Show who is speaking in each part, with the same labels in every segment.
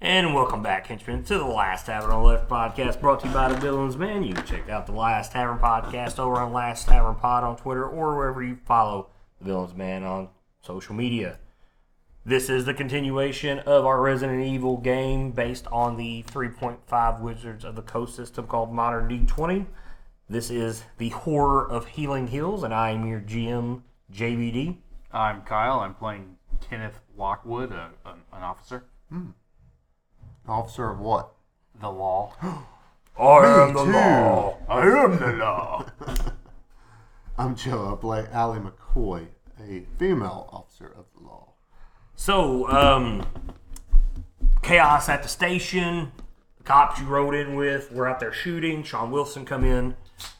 Speaker 1: And welcome back, henchmen, to the Last Tavern on the Left podcast brought to you by the Villains Man. You can check out the Last Tavern podcast over on Last Tavern Pod on Twitter or wherever you follow the Villains Man on social media. This is the continuation of our Resident Evil game based on the 3.5 Wizards of the Coast system called Modern D20. This is the horror of Healing Hills, and I am your GM, JVD.
Speaker 2: I'm Kyle. I'm playing Kenneth Lockwood, a, an, an officer.
Speaker 3: Officer of what?
Speaker 2: The law.
Speaker 1: I am
Speaker 3: the law.
Speaker 2: I am the law.
Speaker 3: I'm Joe. I play Allie McCoy, a female officer of the law.
Speaker 1: So, um, chaos at the station. The cops you rode in with were out there shooting. Sean Wilson come in.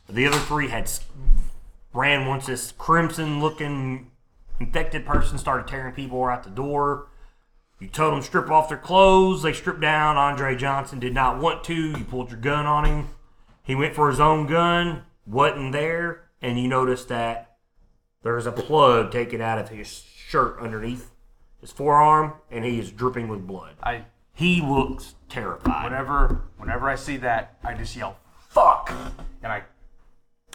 Speaker 1: The other three had s- ran once this crimson-looking infected person started tearing people out the door. You told them strip off their clothes. They stripped down. Andre Johnson did not want to. You pulled your gun on him. He went for his own gun. wasn't there, and you noticed that there's a plug taken out of his shirt underneath his forearm, and he is dripping with blood.
Speaker 2: I
Speaker 1: He looks terrified.
Speaker 2: whenever whenever I see that, I just yell "fuck," and I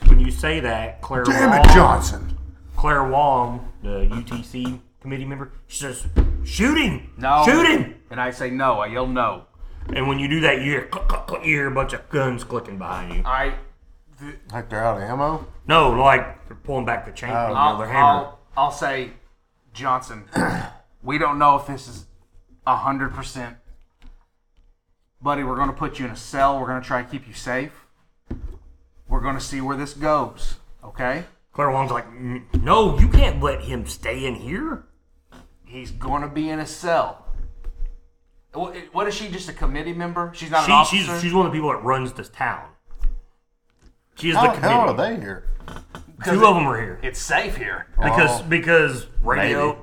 Speaker 1: When you say that, Claire
Speaker 3: Damn
Speaker 1: Wong,
Speaker 3: it, Johnson!
Speaker 1: Claire Wong, the UTC committee member, she says, "Shoot him!
Speaker 2: no
Speaker 1: Shoot him!"
Speaker 2: and I say no. I yell no.
Speaker 1: And when you do that, you hear, click, click, click, you hear a bunch of guns clicking behind you.
Speaker 2: I th-
Speaker 3: Like they're out of ammo?
Speaker 1: No, like they're pulling back the chain from the
Speaker 2: I'll,
Speaker 1: other hammer.
Speaker 2: I'll, I'll say Johnson. we don't know if this is hundred percent, buddy. We're gonna put you in a cell. We're gonna try to keep you safe. We're gonna see where this goes. Okay.
Speaker 1: Claire Wong's like, "N- "No, you can't let him stay in here."
Speaker 2: He's going to be in a cell. Wha- What is she? Just a committee member? She's not an
Speaker 1: She,
Speaker 2: officer.
Speaker 1: she's she's one of the people that runs this town. She is
Speaker 3: How
Speaker 1: the
Speaker 3: the Oh, hell are
Speaker 1: committee.
Speaker 3: they here?
Speaker 1: Two of them are here.
Speaker 2: It's safe here.
Speaker 1: because
Speaker 3: Oh,
Speaker 1: because radio
Speaker 3: maybe.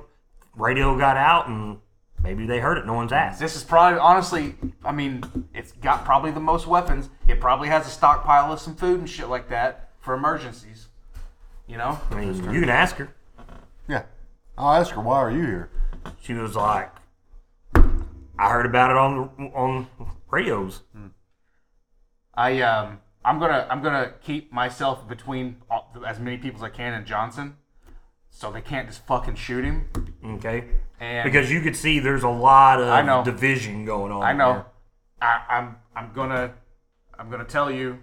Speaker 1: radio got out and maybe they heard it. No one's asked.
Speaker 2: This is probably honestly. I mean, it's got probably the most weapons. It probably has a stockpile of some food and shit like that for emergencies. You know.
Speaker 1: I mean, you can ask her.
Speaker 3: Yeah. I'll ask her, why are you here?
Speaker 1: She was like, I heard about it on on radios.
Speaker 2: I um. I'm gonna I'm gonna keep myself between all- as many people as I can and Johnson, so they can't just fucking shoot him.
Speaker 1: Okay,
Speaker 2: Mm. And
Speaker 1: because you could see there's a lot of
Speaker 2: I know.
Speaker 1: division going on.
Speaker 2: I
Speaker 1: there.
Speaker 2: know. I, I'm I'm gonna I'm gonna tell you.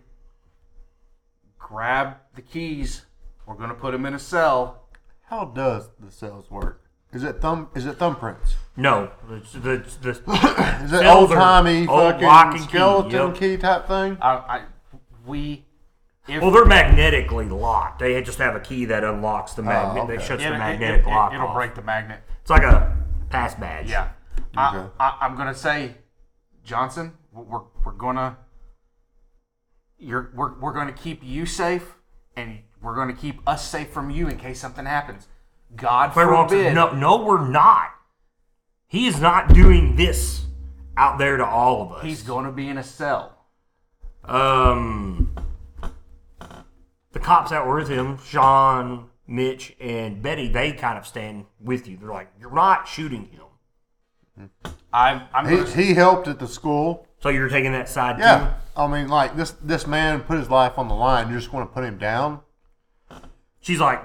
Speaker 2: Grab the keys. We're gonna put him in a cell.
Speaker 3: How does the cells work? Is it thumb? Is it thumbprints?
Speaker 1: No, the, the, the,
Speaker 3: Is it
Speaker 1: Cells
Speaker 3: old
Speaker 1: are
Speaker 3: timey
Speaker 1: old lock and
Speaker 3: fucking
Speaker 1: key,
Speaker 3: skeleton
Speaker 1: yep.
Speaker 3: key type thing?
Speaker 2: I, I we if
Speaker 1: well, they're magnetically locked. They just have a key that unlocks the magnet. That
Speaker 3: okay.
Speaker 1: shuts
Speaker 2: Oh, it,
Speaker 1: the
Speaker 2: it-
Speaker 1: magnetic
Speaker 2: it-
Speaker 1: lock.
Speaker 2: it, will
Speaker 1: off.
Speaker 2: break the magnet.
Speaker 1: It's like a pass badge.
Speaker 2: Yeah. I,
Speaker 3: Okay.
Speaker 2: I, I'm gonna say, Johnson, we're we're gonna you're we're we're gonna keep you safe, and we're gonna keep us safe from you in case something happens. God
Speaker 1: Claire Wong says,
Speaker 2: forbid.
Speaker 1: no, no, we're not. He is not doing this out there to all of us.
Speaker 2: He's gonna be in a cell.
Speaker 1: um, the cops that were with him, Sean, Mitch, and Betty, they kind of stand with you. They're like, you're not shooting him,
Speaker 2: I'm I'm
Speaker 3: He,
Speaker 2: gonna
Speaker 3: he helped at the school.
Speaker 1: so you're taking that side
Speaker 3: Yeah. I mean, like, this, this man put his life on the line. You're just going to put him down?
Speaker 1: too. She's like,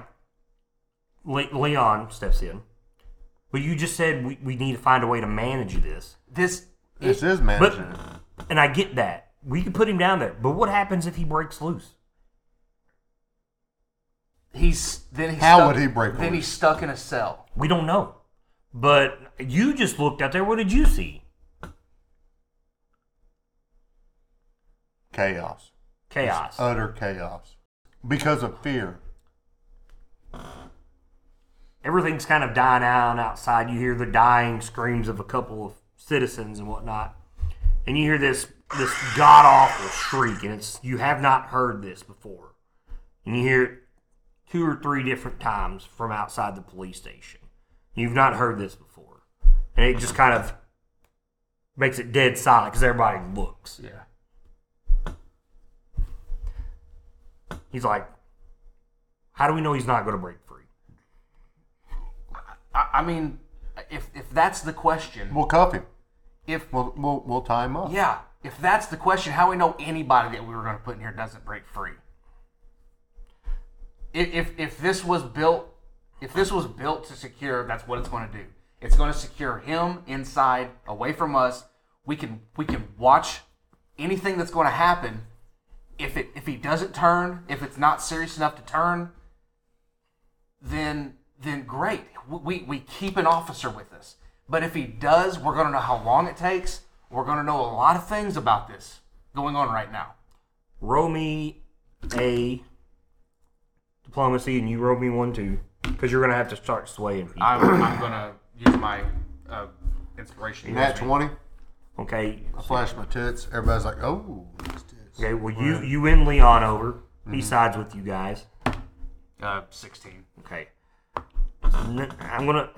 Speaker 1: Le- Leon steps in. But you just said we, we need to find a way to manage this.
Speaker 2: this
Speaker 3: This is
Speaker 1: But
Speaker 3: managing. it.
Speaker 1: and I get that. We could put him down there. But what happens if he breaks loose?
Speaker 2: he's then he's
Speaker 3: How
Speaker 2: stuck,
Speaker 3: would he break
Speaker 2: then
Speaker 3: loose?
Speaker 2: he's stuck in a cell
Speaker 1: We don't know. But you just looked out there. What did you see?
Speaker 3: Chaos.
Speaker 1: Chaos.
Speaker 3: utter chaos because of fear.
Speaker 1: Everything's kind of dying out outside. You hear the dying screams of a couple of citizens and whatnot, and you hear this this god awful shriek, and it's you have not heard this before, and you hear it two or three different times from outside the police station. You've not heard this before, and it just kind of makes it dead silent because everybody looks.
Speaker 2: yeah
Speaker 1: He's like, "How do we know he's not going to break free?"
Speaker 2: I, I mean if if that's the question
Speaker 3: We'll cuff him.
Speaker 2: If
Speaker 3: We'll, we'll, we'll tie him up.
Speaker 2: yeah, if that's the question, how we know anybody that we were going to put in here doesn't break free? If, if if this was built, if this was built to secure, that's what it's going to do. It's going to secure him inside, away from us. We can we can watch anything that's going to happen. If it if he doesn't turn, if it's not serious enough to turn, then then great. We, we keep an officer with us. But if he does, we're going to know how long it takes. We're going to know a lot of things about this going on right now.
Speaker 1: Roll me a diplomacy, and you roll me one too, because you're gonna have to start swaying people.
Speaker 2: I'm, I'm going to use my uh, inspiration.
Speaker 3: Nat 20.
Speaker 1: Okay,
Speaker 3: I flash my tits. Everybody's like, oh, these tits.
Speaker 1: okay. Well, you you win Leon over.
Speaker 2: Mm-hmm.
Speaker 1: He sides with you guys.
Speaker 2: Uh, 16.
Speaker 1: Okay. N- I'm gonna.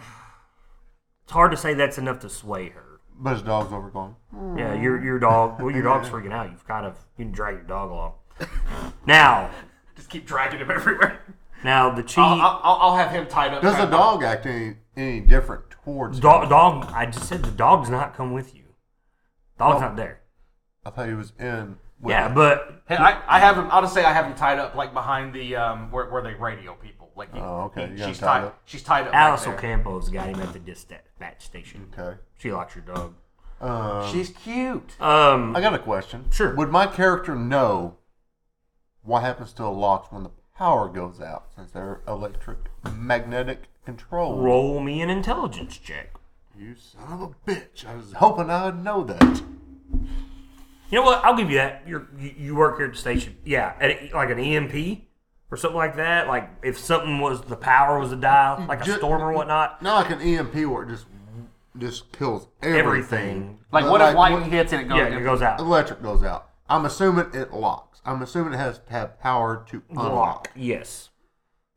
Speaker 1: It's hard to say that's enough to sway her.
Speaker 3: But his dog's over going.
Speaker 1: Yeah, your your dog. Well, your dog's freaking out. You've kind of you can drag your dog along. Now,
Speaker 2: Just keep dragging him everywhere.
Speaker 1: now the chief
Speaker 2: I'll, I'll, I'll- I'll have him tied up.
Speaker 3: Does
Speaker 2: tied
Speaker 3: the
Speaker 2: up.
Speaker 3: dog act any, any different towards him?
Speaker 1: dog, dog. I just said the dog's not come with you.
Speaker 2: Oh,
Speaker 1: Dog's not there.
Speaker 3: I thought he was in. With
Speaker 1: Yeah, but
Speaker 2: Hey, I, I have him. I'll just say I have him tied up like behind the um where, where they radio people. Like he,
Speaker 3: Oh, okay.
Speaker 2: he-
Speaker 3: You got
Speaker 2: she's
Speaker 3: him tied
Speaker 2: tied.
Speaker 3: up.
Speaker 2: She's tied up.
Speaker 1: Alice
Speaker 2: right there.
Speaker 1: Ocampo's got him at the dispatch station.
Speaker 3: Okay.
Speaker 1: She likes your dog.
Speaker 3: Um,
Speaker 2: She's cute.
Speaker 1: Um,
Speaker 3: I got a question.
Speaker 1: Sure.
Speaker 3: Would my character know what happens to a lock when the power goes out since they're electric magnetic control?
Speaker 1: roll me an intelligence check.
Speaker 3: You son of a bitch. I was hoping I'd know that.
Speaker 1: You know what? I'll give you that. You're, you you work here at the station. Yeah, at, like an EMP or something like that. Like if something was the power was a dial, like a
Speaker 3: Ju-
Speaker 1: storm or whatnot.
Speaker 3: Not like an EMP where it just just kills everything.
Speaker 1: Everything.
Speaker 2: Like
Speaker 3: But
Speaker 2: what if lightning
Speaker 3: when
Speaker 2: hits and it goes?
Speaker 1: Yeah, it goes out.
Speaker 3: electric goes out? I'm assuming it locks. I'm assuming it has to have power to unlock.
Speaker 1: Lock. Yes.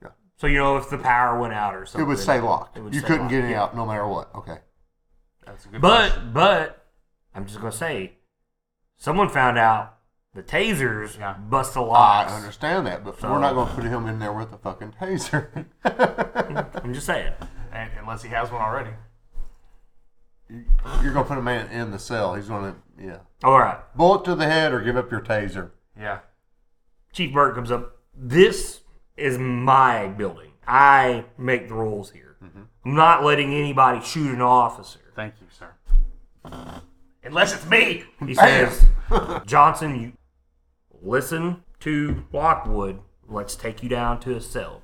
Speaker 3: Yeah.
Speaker 1: So you know if the power went out or
Speaker 3: It
Speaker 1: something,
Speaker 3: would say locked.
Speaker 1: It would
Speaker 3: You
Speaker 1: say
Speaker 3: couldn't
Speaker 1: locked,
Speaker 3: get it out no matter what. Okay.
Speaker 2: That's a good
Speaker 1: But but I'm just gonna say, someone found out the tasers
Speaker 2: Yeah.
Speaker 1: bust the
Speaker 3: I
Speaker 1: locks.
Speaker 3: understand that, but
Speaker 1: So-
Speaker 3: we're not going to put him in there with a fucking taser.
Speaker 1: I'm just saying.
Speaker 2: And, unless he has one already.
Speaker 3: You- You're going to put a man in the cell. He's going to, yeah.
Speaker 1: All right.
Speaker 3: Bullet to the head or give up your taser.
Speaker 2: Yeah.
Speaker 1: Chief Burke comes up. This is my building. I make the rules here. I'm not letting anybody shoot an officer.
Speaker 2: Thank you, sir. Unless it's me.
Speaker 1: He
Speaker 3: Bam.
Speaker 1: says, Johnson, you listen to Lockwood. Let's take you down to a cell.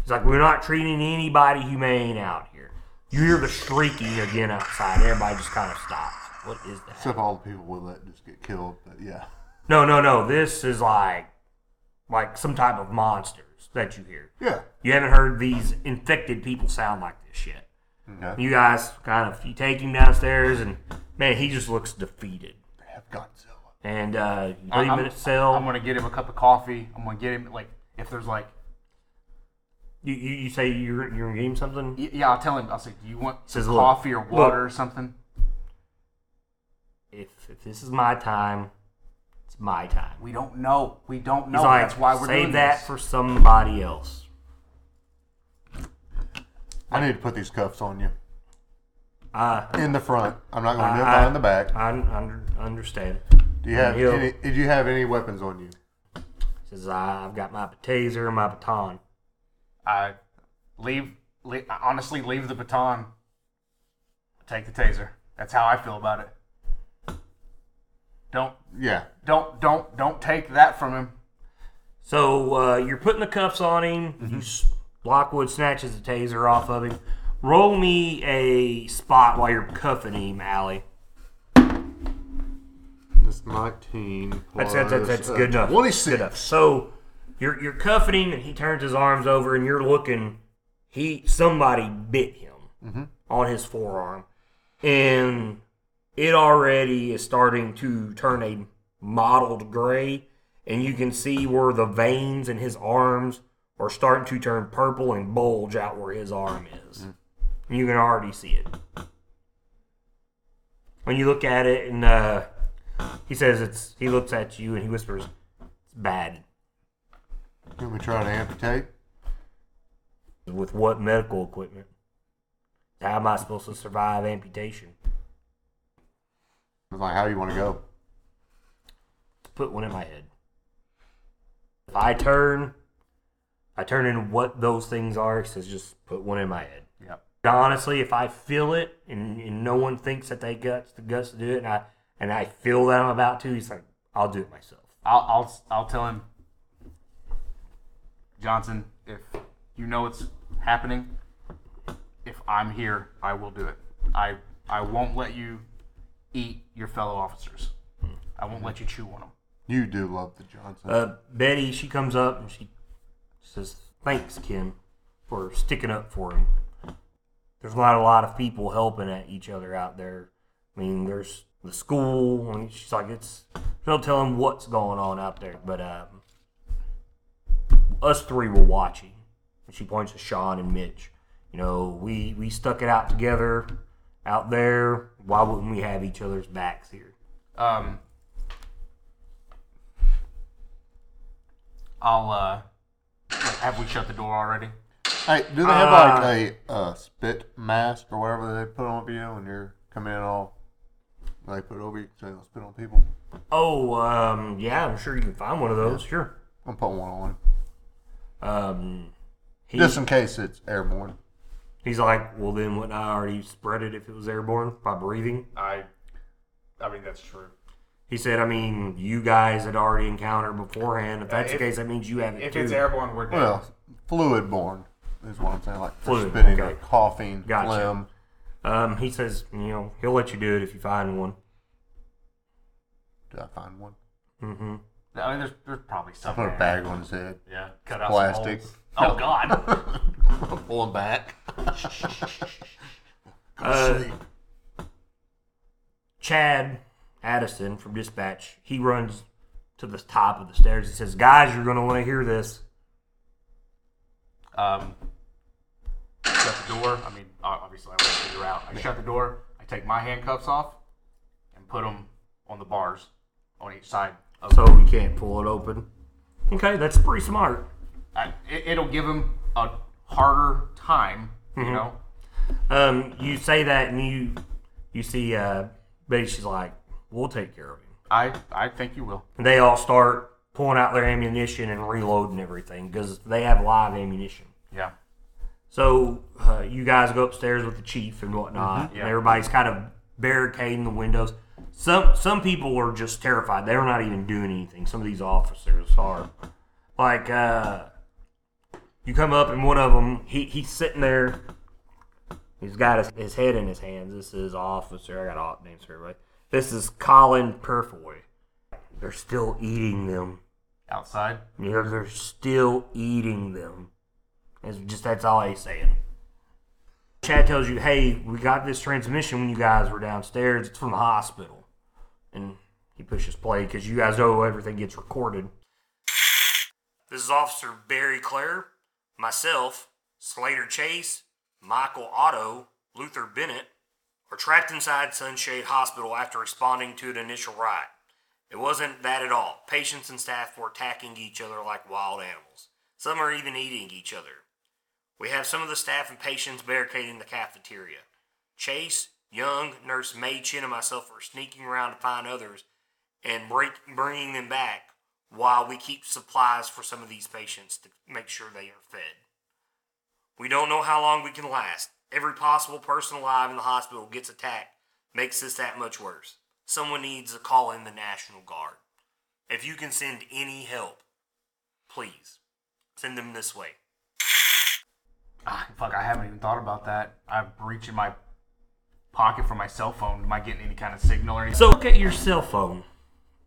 Speaker 1: He's like, we're not treating anybody humane out here. You hear the shrieking again outside. Everybody just kind of stops. What is that?
Speaker 3: Except all the people will let just get killed, but yeah.
Speaker 1: no, no, no. This is like, like some type of monsters that you hear.
Speaker 3: Yeah.
Speaker 1: You haven't heard these infected people sound like this yet.
Speaker 3: Okay.
Speaker 1: You guys kind of you take him downstairs, and man, he just looks defeated.
Speaker 3: have Godzilla.
Speaker 1: And uh, you
Speaker 2: I-
Speaker 1: put him
Speaker 2: I'm-
Speaker 1: in a cell.
Speaker 2: I'm gonna get him a cup of coffee. I'm gonna get him like if there's like
Speaker 1: You, you, you say you're you're gonna give him something?
Speaker 2: y- yeah. I'll tell him. I'll say, do you want
Speaker 1: Says, look,
Speaker 2: coffee or water
Speaker 1: look.
Speaker 2: or something?
Speaker 1: If if this is my time, it's my time.
Speaker 2: We don't know. We don't know.
Speaker 1: He's like,
Speaker 2: That's why we're
Speaker 1: save
Speaker 2: doing
Speaker 1: that
Speaker 2: this.
Speaker 1: for somebody else.
Speaker 3: I need to put these cuffs on you.
Speaker 1: I
Speaker 3: In the front. I'm not going to do it
Speaker 1: I-
Speaker 3: behind the back.
Speaker 1: I un- under, understand.
Speaker 3: Do you have
Speaker 1: He'll-
Speaker 3: any, did you have any weapons on you?
Speaker 1: Says I've got my taser and my baton.
Speaker 2: I leave. Le- I honestly, leave the baton. Take the taser. That's how I feel about it. Don't
Speaker 3: Yeah.
Speaker 2: don't don't don't take that from him.
Speaker 1: So uh, you're putting the cuffs on him. You s Lockwood snatches the taser off of him. Roll me a spot while you're cuffing him, Allie.
Speaker 3: That's 19.
Speaker 1: That's, that's, that's,
Speaker 3: plus,
Speaker 1: that's
Speaker 3: uh,
Speaker 1: good enough.
Speaker 3: 26.
Speaker 1: Good enough. So you're you're cuffing him, and he turns his arms over, and you're looking. He somebody bit him on his forearm, and it already is starting to turn a mottled gray, and you can see where the veins in his arms are starting to turn purple and bulge out where his arm is. You can already see it when you look at it, and uh, he says it's. He looks at you and he whispers, "It's bad."
Speaker 3: Can we try to amputate?
Speaker 1: With what medical equipment? How am I supposed to survive amputation?
Speaker 3: was like, how you want to go?
Speaker 1: put one in my head. If I turn, I turn in what those things are. He says, just put one in my head.
Speaker 3: Yep.
Speaker 1: Honestly, if I feel it and, and no one thinks that they got the guts to do it, and I and I feel that I'm about to, he's like, I'll do it myself.
Speaker 2: I'll I'll I'll tell him. Johnson, if you know it's happening, if I'm here, I will do it. I I won't let you eat your fellow officers. I won't let you chew on them.
Speaker 3: You do love the Johnson.
Speaker 1: Uh, Betty, she comes up and she says, "Thanks, Ken, for sticking up for him." There's not a lot of people helping at each other out there. I mean, there's the school, and she's like, "It's." She'll tell him what's going on out there, but um, us three were watching. And she points to Sean and Mitch. You know, we we stuck it out together out there. Why wouldn't we have each other's backs here?
Speaker 2: Um, I'll uh, have we shut the door already?
Speaker 3: hey, do they have like a uh, spit mask or whatever they put on you when you're coming in all? They put over you so they don't spit on people.
Speaker 1: Oh, um, yeah, I'm sure you can find one of those. Sure.
Speaker 3: I'm putting one on.
Speaker 1: Um, he,
Speaker 3: Just in case it's airborne.
Speaker 1: he's like, well, then wouldn't I already spread it if it was airborne by breathing?
Speaker 2: I, I mean that's true.
Speaker 1: He said, I mean, you guys had already encountered beforehand. If that's
Speaker 2: if-
Speaker 1: the case, that means you have it
Speaker 2: If
Speaker 1: too.
Speaker 2: it's airborne, we're dead.
Speaker 3: Well, fluid borne is what I'm saying. Like for
Speaker 1: Fluid,
Speaker 3: spitting
Speaker 1: okay.
Speaker 3: or coughing,
Speaker 1: Gotcha.
Speaker 3: phlegm.
Speaker 1: um, he says, you know, he'll let you do it if you find one.
Speaker 3: Did I find one?
Speaker 1: Mm-hmm.
Speaker 2: I mean, there's, there's probably
Speaker 3: I
Speaker 2: something.
Speaker 3: put a bag on his head.
Speaker 2: Yeah, cut out
Speaker 3: Plastic.
Speaker 2: Some holes. Oh God.
Speaker 3: I'm pulling back.
Speaker 2: Oh,
Speaker 1: Uh, Chad Addison from dispatch, he runs to the top of the stairs. He says, guys, you're going to want to hear this.
Speaker 2: um, shut the door. I mean, o- obviously, I won't figure out. I shut the door. I take my handcuffs off and put them on the bars on each side. Of,
Speaker 1: So we can't pull it open. Okay, that's pretty smart.
Speaker 2: I, it, it'll give him a harder time,
Speaker 1: Mm-hmm.
Speaker 2: you know.
Speaker 1: Um, you say that, and you you see uh, Betty. She's like, "We'll take care of him."
Speaker 2: I I think you will.
Speaker 1: And they all start pulling out their ammunition and reloading everything because they have live ammunition.
Speaker 2: Yeah.
Speaker 1: So uh, you guys go upstairs with the chief and whatnot,
Speaker 2: Yeah.
Speaker 1: and everybody's kind of barricading the windows. Some some people are just terrified; they're not even doing anything. Some of these officers are like, uh, you come up and one of them, he, he's sitting there. He's got his, his head in his hands. This is officer. I got all names for everybody. This is Colin Purfoy. They're still eating them.
Speaker 2: Outside.
Speaker 1: You know, they're still eating them. It's just that's all he's saying. Chad tells you, "Hey, we got this transmission when you guys were downstairs. It's from the hospital." And he pushes play because you guys know everything gets recorded. This is Officer Barry Clare, myself, Slater Chase, Michael Otto, Luther Bennett are trapped inside Sunshade Hospital after responding to an initial riot. It wasn't that at all. Patients and staff were attacking each other like wild animals. Some are even eating each other. We have some of the staff and patients barricading the cafeteria. Chase, Young, Nurse May Chin, and myself are sneaking around to find others and break, bringing them back while we keep supplies for some of these patients to make sure they are fed. We don't know how long we can last. Every possible person alive in the hospital gets attacked, makes this that much worse. Someone needs to call in the National Guard. If you can send any help, please send them this way.
Speaker 2: Ah, fuck, I haven't even thought about that. I'm reaching my pocket for my cell phone. Am I getting any kind of signal or anything?
Speaker 1: So look at your cell phone,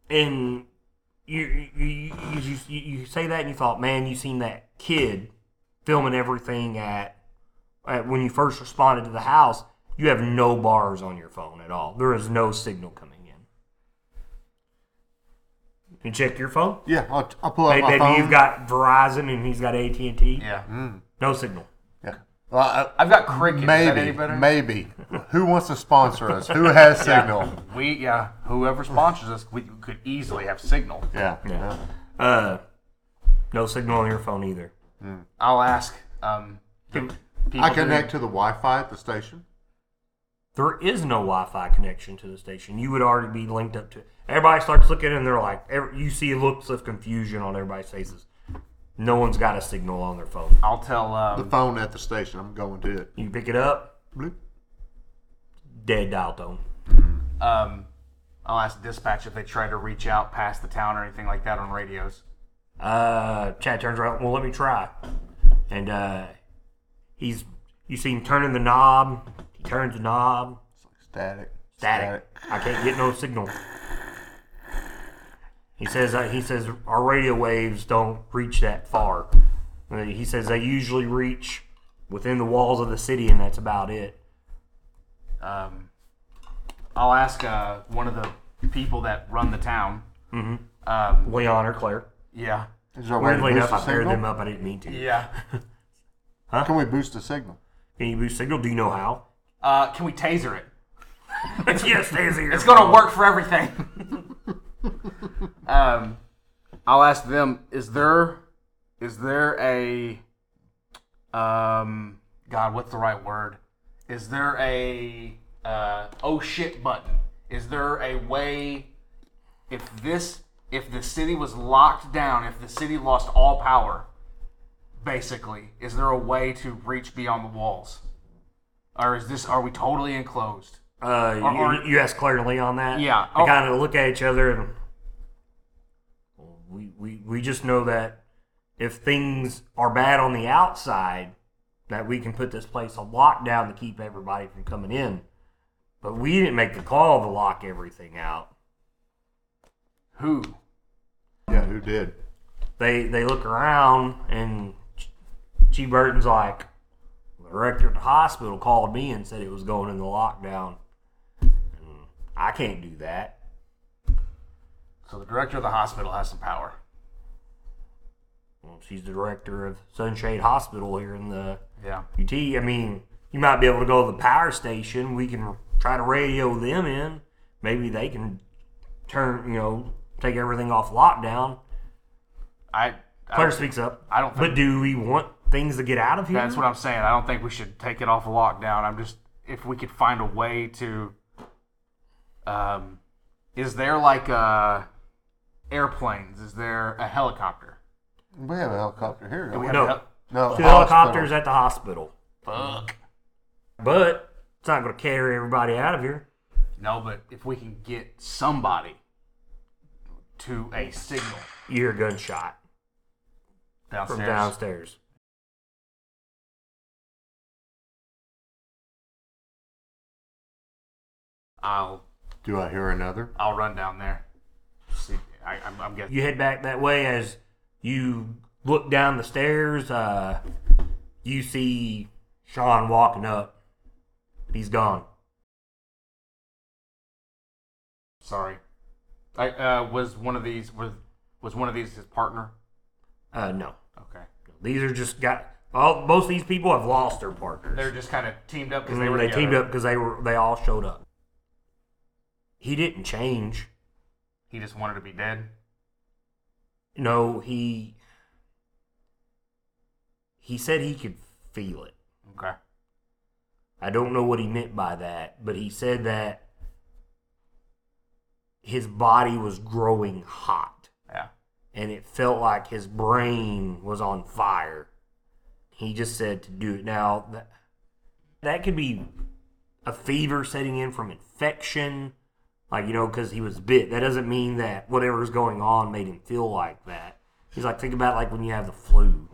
Speaker 1: and you you, you, you, you you say that, and you thought, man, you seen that kid filming everything at, at when you first responded to the house. You have no bars on your phone at all. There is no signal coming in. You check your phone.
Speaker 3: yeah, I'll, I'll pull out
Speaker 1: Hey,
Speaker 3: my
Speaker 1: baby,
Speaker 3: phone. Mm,
Speaker 1: you've got Verizon and he's got AT and T.
Speaker 2: yeah.
Speaker 1: No signal.
Speaker 3: Yeah. Well, I-
Speaker 2: I've got cricket. Is that any
Speaker 3: Maybe,
Speaker 2: better?
Speaker 3: maybe. Who wants to sponsor us? Who has signal?
Speaker 2: We yeah, whoever sponsors us, we could easily have signal.
Speaker 3: Yeah.
Speaker 1: Yeah. Uh, no signal on your phone either.
Speaker 2: I'll ask. Um,
Speaker 1: Can-
Speaker 2: people
Speaker 3: I
Speaker 2: do-
Speaker 3: connect to the Wi-Fi at the station.
Speaker 1: There is no Wi-Fi connection to the station. You would already be linked up to. Everybody starts looking, and they're like, every- you see looks of confusion on everybody's faces. No one's got a signal on their phone.
Speaker 2: I'll tell.
Speaker 3: The
Speaker 2: Um,
Speaker 3: phone at the station. I'm going to it.
Speaker 1: You pick it up,
Speaker 3: Bloop.
Speaker 1: dead dial tone.
Speaker 2: um, I'll ask dispatch if they try to reach out past the town or anything like that on radios.
Speaker 1: Uh, Chad turns around. Well, let me try. And uh, he's you see him turning the knob. He turns the knob.
Speaker 3: It's like static.
Speaker 1: Static. I can't get no signal. He says uh, he says our radio waves don't reach that far. Uh, He says they usually reach within the walls of the city, and that's about it.
Speaker 2: Um, I'll ask uh, one of the people that run the town. Mm-hmm. Um,
Speaker 1: Leon or Claire.
Speaker 2: yeah.
Speaker 3: Is there a way to
Speaker 1: Weirdly
Speaker 3: boost
Speaker 1: enough,
Speaker 3: the
Speaker 1: I paired them
Speaker 3: signal?
Speaker 1: up. I didn't mean to.
Speaker 2: Yeah.
Speaker 3: Can we boost the signal?
Speaker 1: Can you boost signal? Do you know how?
Speaker 2: Uh, can we taser it?
Speaker 1: yes, Daisy.
Speaker 2: It's gonna work for everything. um, I'll ask them: Is there, is there a, um, God, what's the right word? Is there a uh, oh shit button? Is there a way? If this, if the city was locked down, if the city lost all power, basically, is there a way to reach beyond the walls? Or is this? Are we totally enclosed?
Speaker 1: Uh, you,
Speaker 2: or-
Speaker 1: you asked Claire and Lee on that.
Speaker 2: Yeah.
Speaker 1: They
Speaker 2: Oh.
Speaker 1: kind of look at each other and we, we, we just know that if things are bad on the outside, that we can put this place on lockdown to keep everybody from coming in. But we didn't make the call to lock everything out.
Speaker 2: Who?
Speaker 3: Yeah, who did?
Speaker 1: They they look around and Ch- G Burton's like, the director at the hospital called me and said it was going into lockdown. And I can't do that.
Speaker 2: So the director of the hospital has some power.
Speaker 1: Well, she's the director of Sunshade Hospital here in the
Speaker 2: Yeah.
Speaker 1: UT. I mean, you might be able to go to the power station. We can try to radio them in. Maybe they can turn, you know, take everything off lockdown.
Speaker 2: I. I
Speaker 1: Claire speaks up.
Speaker 2: I don't
Speaker 1: but
Speaker 2: think-
Speaker 1: do we want things to get out of here?
Speaker 2: that's what I'm saying. I don't think we should take it off of lockdown. I'm just if we could find a way to. Um, is there like uh, airplanes? Is there a helicopter?
Speaker 3: We have a helicopter here.
Speaker 2: Do
Speaker 3: don't
Speaker 2: we have
Speaker 3: we?
Speaker 1: No.
Speaker 2: a hel-
Speaker 3: no,
Speaker 1: Two
Speaker 3: hospital.
Speaker 1: helicopters at the hospital.
Speaker 2: Fuck.
Speaker 1: But it's not going to carry everybody out of here.
Speaker 2: No, but if we can get somebody to a signal
Speaker 1: You hear a gunshot from
Speaker 2: downstairs.
Speaker 1: downstairs.
Speaker 2: I'll
Speaker 3: Do I hear another?
Speaker 2: I'll run down there. See, I, I'm, I'm guessing.
Speaker 1: you head back that way as you look down the stairs uh, you see sean walking up he's gone
Speaker 2: Sorry. I uh, was one of these was was one of these his partner.
Speaker 1: uh, no
Speaker 2: Okay.
Speaker 1: these are just got all most of these people have lost their partners
Speaker 2: They're just kind of teamed up because
Speaker 1: And
Speaker 2: they
Speaker 1: Mm, they,
Speaker 2: were together.
Speaker 1: teamed up because they were they all showed up he didn't change
Speaker 2: He just wanted to be dead.
Speaker 1: no he he said he could feel it
Speaker 2: Okay.
Speaker 1: I don't know what he meant by that, but he said that his body was growing hot
Speaker 2: Yeah.
Speaker 1: and it felt like his brain was on fire. He just said to do it. Now, that, that could be a fever setting in from infection, like, you know, because he was bit. That doesn't mean that whatever was going on made him feel like that. He's like, think about like when you have the flu.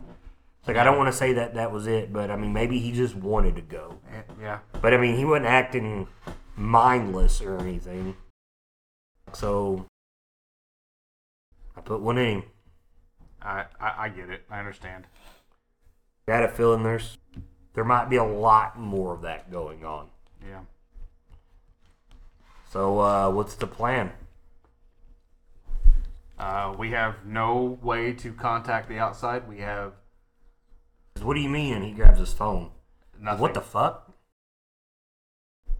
Speaker 1: Like, I don't want to say that that was it, but I mean, maybe he just wanted to go.
Speaker 2: Eh, Yeah.
Speaker 1: But I mean, he wasn't acting mindless or anything. So I put one in.
Speaker 2: I, I I get it. I understand.
Speaker 1: Got a feeling there's there might be a lot more of that going on.
Speaker 2: Yeah.
Speaker 1: So uh, what's the plan?
Speaker 2: Uh, we have no way to contact the outside. We have
Speaker 1: What do you mean? And he grabs his phone.
Speaker 2: nothing.
Speaker 1: What the fuck?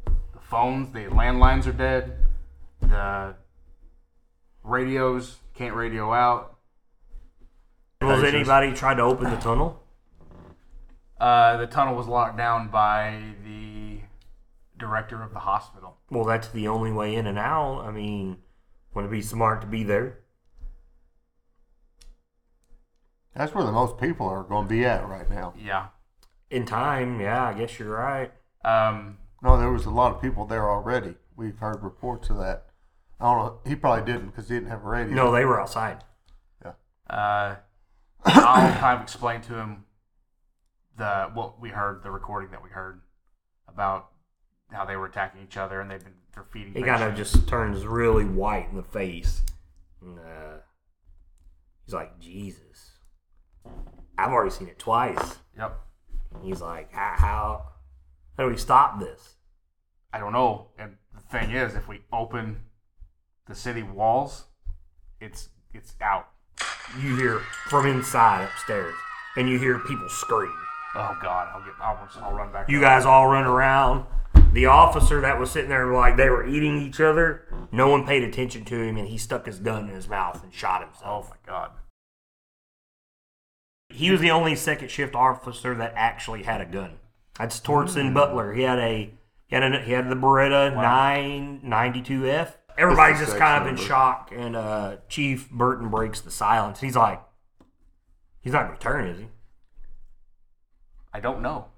Speaker 2: the phones, the landlines are dead. The radios can't radio out.
Speaker 1: Was
Speaker 2: Pages.
Speaker 1: anybody tried to open the tunnel?
Speaker 2: Uh, the tunnel was locked down by the director of the hospital.
Speaker 1: Well, that's the only way in and out. I mean, wouldn't it be smart to be there?
Speaker 3: That's where the most people are going to be at right now.
Speaker 2: Yeah.
Speaker 1: In time, yeah, I guess you're right.
Speaker 2: Um,
Speaker 3: No, there was a lot of people there already. We've heard reports of that. I don't know. He probably didn't because he didn't have a radio.
Speaker 1: No, they were outside.
Speaker 2: uh, I'll kind of explain to him the what we heard, the recording that we heard about how they were attacking each other and they've been they're feeding.
Speaker 1: He kind of
Speaker 2: patients.
Speaker 1: just turns really white in the face. And, uh, he's like, Jesus. I've already seen it twice.
Speaker 2: Yep.
Speaker 1: And he's like, how, how, how do we stop this?
Speaker 2: I don't know. And the thing is, if we open the city walls, it's it's out.
Speaker 1: You hear from inside upstairs, and you hear people scream.
Speaker 2: Oh God! I'll get. I'll, I'll run back.
Speaker 1: You
Speaker 2: up.
Speaker 1: guys all run around. The officer that was sitting there like they were eating each other, no one paid attention to him, and he stuck his gun in his mouth and shot himself.
Speaker 2: Oh my God!
Speaker 1: He was the only second shift officer that actually had a gun. That's
Speaker 3: Hmm.
Speaker 1: Torsten Butler. He had a he had a, he had the Beretta nine ninety two F. Everybody's
Speaker 3: This is
Speaker 1: just kind of in
Speaker 3: excellent.
Speaker 1: shock, and uh, Chief Burton breaks the silence. He's like, he's not going to turn, is he?
Speaker 2: I don't know.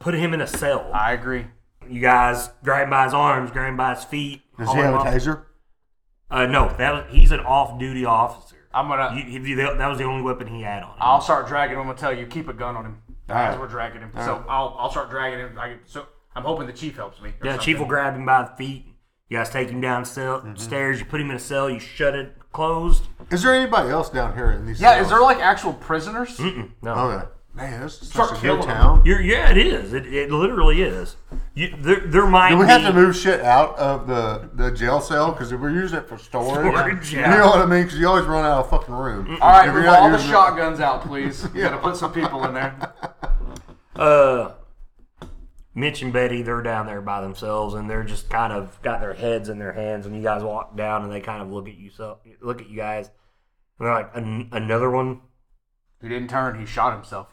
Speaker 1: Put him in a cell.
Speaker 2: I agree.
Speaker 1: You guys grab him by his arms, grab him by his feet.
Speaker 3: Does
Speaker 1: haul
Speaker 3: he
Speaker 1: him
Speaker 3: have a
Speaker 1: off.
Speaker 3: taser?
Speaker 1: Uh, no, that was, he's an off-duty officer.
Speaker 2: I'm gonna.
Speaker 1: You- he- that was the only weapon he had on. Him.
Speaker 2: I'll start dragging him. I'll tell you, keep a gun on him as
Speaker 3: Alright.
Speaker 2: we're dragging him.
Speaker 3: Alright.
Speaker 2: so I'll I'll start dragging him. I, so I'm hoping the chief helps me. or
Speaker 1: Yeah, Chief will
Speaker 2: something.
Speaker 1: grab him by the feet. You guys take him downstairs. Stairs. You put him in a cell. You shut it closed.
Speaker 3: Is there anybody else down here in these?
Speaker 2: Yeah, is
Speaker 3: cells?
Speaker 2: there like actual prisoners?
Speaker 1: Mm-mm, no.
Speaker 3: Okay. Man, this is
Speaker 2: Start
Speaker 3: such a
Speaker 2: killing
Speaker 3: good
Speaker 2: 'em.
Speaker 3: town.
Speaker 1: You're, yeah, it is. It, it literally is. You, there, there might
Speaker 3: Do we
Speaker 1: be.
Speaker 3: have to move shit out of the, the jail cell because we're using it for storage?
Speaker 1: Storage,
Speaker 3: You
Speaker 1: yeah.
Speaker 3: know what I mean? Because you always run out of fucking room.
Speaker 2: All right,
Speaker 3: If you're
Speaker 2: move
Speaker 3: not
Speaker 2: all the
Speaker 3: using it-
Speaker 2: shotguns out, please. We gotta put some people in there.
Speaker 1: Uh, Mitch and Betty, they're down there by themselves, and they're just kind of got their heads in their hands. And you guys walk down, and they kind of look at you, so look at you guys, and they're like, An- "Another one."
Speaker 2: He didn't turn. He shot himself.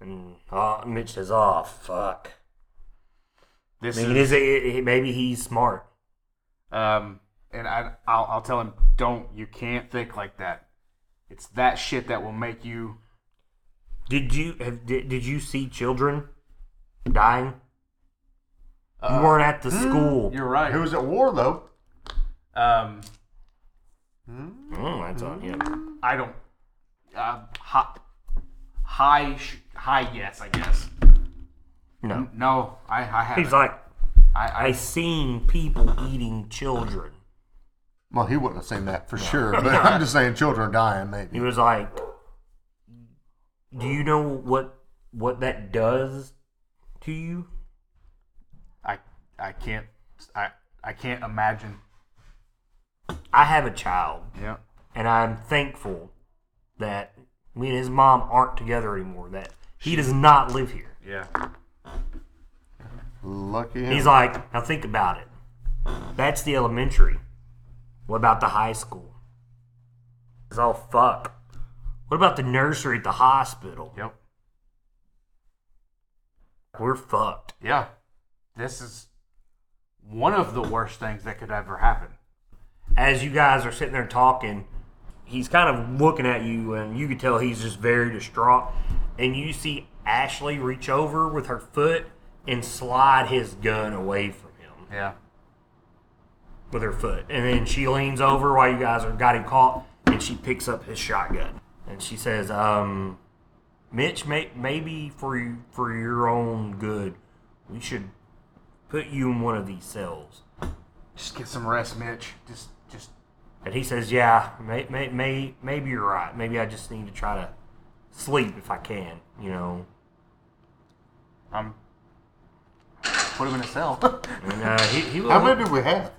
Speaker 1: And uh, Mitch says, "Oh fuck."
Speaker 2: This
Speaker 1: I mean,
Speaker 2: is
Speaker 1: it is, it, it, maybe he's smart.
Speaker 2: Um, and I, I'll, I'll tell him, don't, you can't think like that. It's that shit that will make you.
Speaker 1: Did you have, did, did you see children dying?
Speaker 2: Uh,
Speaker 1: you weren't at the school.
Speaker 2: You're right.
Speaker 3: Who was at war though?
Speaker 2: Um,
Speaker 1: Mm, that's on him.
Speaker 2: I don't. Uh, high, high, sh- high. Yes, I guess.
Speaker 1: No,
Speaker 2: No, I, I haven't.
Speaker 1: he's like
Speaker 2: I,
Speaker 1: I seen people eating children.
Speaker 3: Well, he wouldn't have seen that for sure. But I'm just saying, children dying, maybe.
Speaker 1: He was like, "Do you know what what that does to you?"
Speaker 2: I, I, I can't. I, I can't imagine.
Speaker 1: I have a child,
Speaker 2: Yeah.
Speaker 1: and I'm thankful that me and his mom aren't together anymore. That he does not live here.
Speaker 2: Yeah.
Speaker 3: Lucky him.
Speaker 1: He's like, now think about it. That's the elementary. What about the high school? It's all fuck. What about the nursery at the hospital?
Speaker 2: Yep.
Speaker 1: We're fucked.
Speaker 2: Yeah. This is one of the worst things that could ever happen.
Speaker 1: As you guys are sitting there talking, he's kind of looking at you, and you can tell he's just very distraught. And you see Ashley reach over with her foot and slide his gun away from him.
Speaker 2: Yeah.
Speaker 1: with her foot. And then she leans over while you guys are got him caught, and she picks up his shotgun. And she says, um, Mitch, may, maybe for you, for your own good, we should put you in one of these cells.
Speaker 2: Just get some rest, Mitch. Just, just
Speaker 1: And he says, yeah, may, may, may, maybe you're right. Maybe I just need to try to sleep if I can, you know.
Speaker 2: Um, put him in a cell.
Speaker 1: And uh, he, he will,
Speaker 3: How many do we have?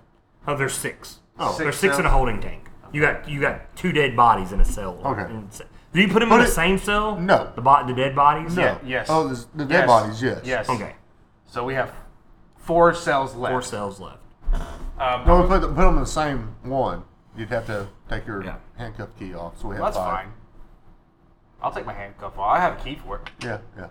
Speaker 1: Oh, there's six.
Speaker 3: Oh.
Speaker 1: there's
Speaker 2: Six
Speaker 1: six in a
Speaker 2: cells.
Speaker 1: holding tank. You got you got two dead bodies in a cell.
Speaker 3: Okay.
Speaker 1: And s- do you put them
Speaker 3: But
Speaker 1: in the
Speaker 3: it-
Speaker 1: same cell?
Speaker 3: No.
Speaker 1: The bo- the dead bodies.
Speaker 3: No.
Speaker 2: Yeah, yes.
Speaker 3: Oh, there's the dead
Speaker 2: Yes.
Speaker 3: bodies. Yes.
Speaker 2: Yes.
Speaker 1: Okay.
Speaker 2: So we have four cells left.
Speaker 1: Four cells left.
Speaker 2: Um,
Speaker 3: No, we put, the, put them in the same one. You'd have to take your
Speaker 1: Yeah.
Speaker 3: handcuff key off, so we have
Speaker 2: that's
Speaker 3: five.
Speaker 2: fine. I'll take my handcuff off. I have a key for it.
Speaker 3: Yeah, yeah.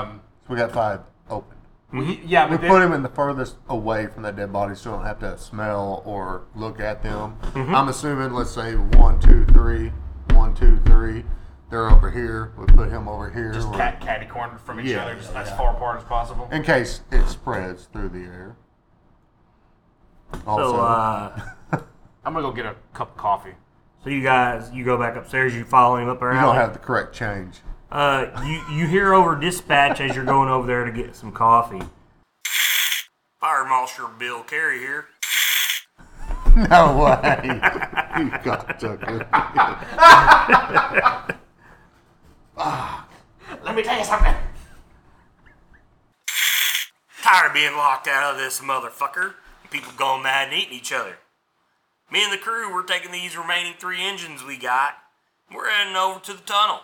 Speaker 2: Um,
Speaker 3: So we got five open.
Speaker 2: We, yeah,
Speaker 3: We
Speaker 2: but
Speaker 3: put
Speaker 2: then,
Speaker 3: him in the furthest away from that dead body, so we don't have to smell or look at them.
Speaker 2: Mm-hmm.
Speaker 3: I'm assuming, let's say one, two, three, one, two, three. They're over here. We put him over here.
Speaker 2: just
Speaker 3: or-
Speaker 2: cat catty cornered from each
Speaker 3: Yeah,
Speaker 2: other, just
Speaker 3: yeah,
Speaker 2: as
Speaker 3: yeah.
Speaker 2: far apart as possible.
Speaker 3: in case it spreads through the air. Also,
Speaker 1: So, uh,
Speaker 2: I'm gonna go get a cup of coffee.
Speaker 1: so you guys, you go back upstairs. You follow him up there.
Speaker 3: you don't have the correct change.
Speaker 1: Uh, you you hear over dispatch as you're going over there to get some coffee. Fire Marshal Bill Carey here.
Speaker 3: No way. you got Tucker.
Speaker 2: Let me tell you something.
Speaker 1: Tired of being locked out of this motherfucker. People going mad and eating each other. Me and the crew, we're taking these remaining three engines we got. We're heading over to the tunnel.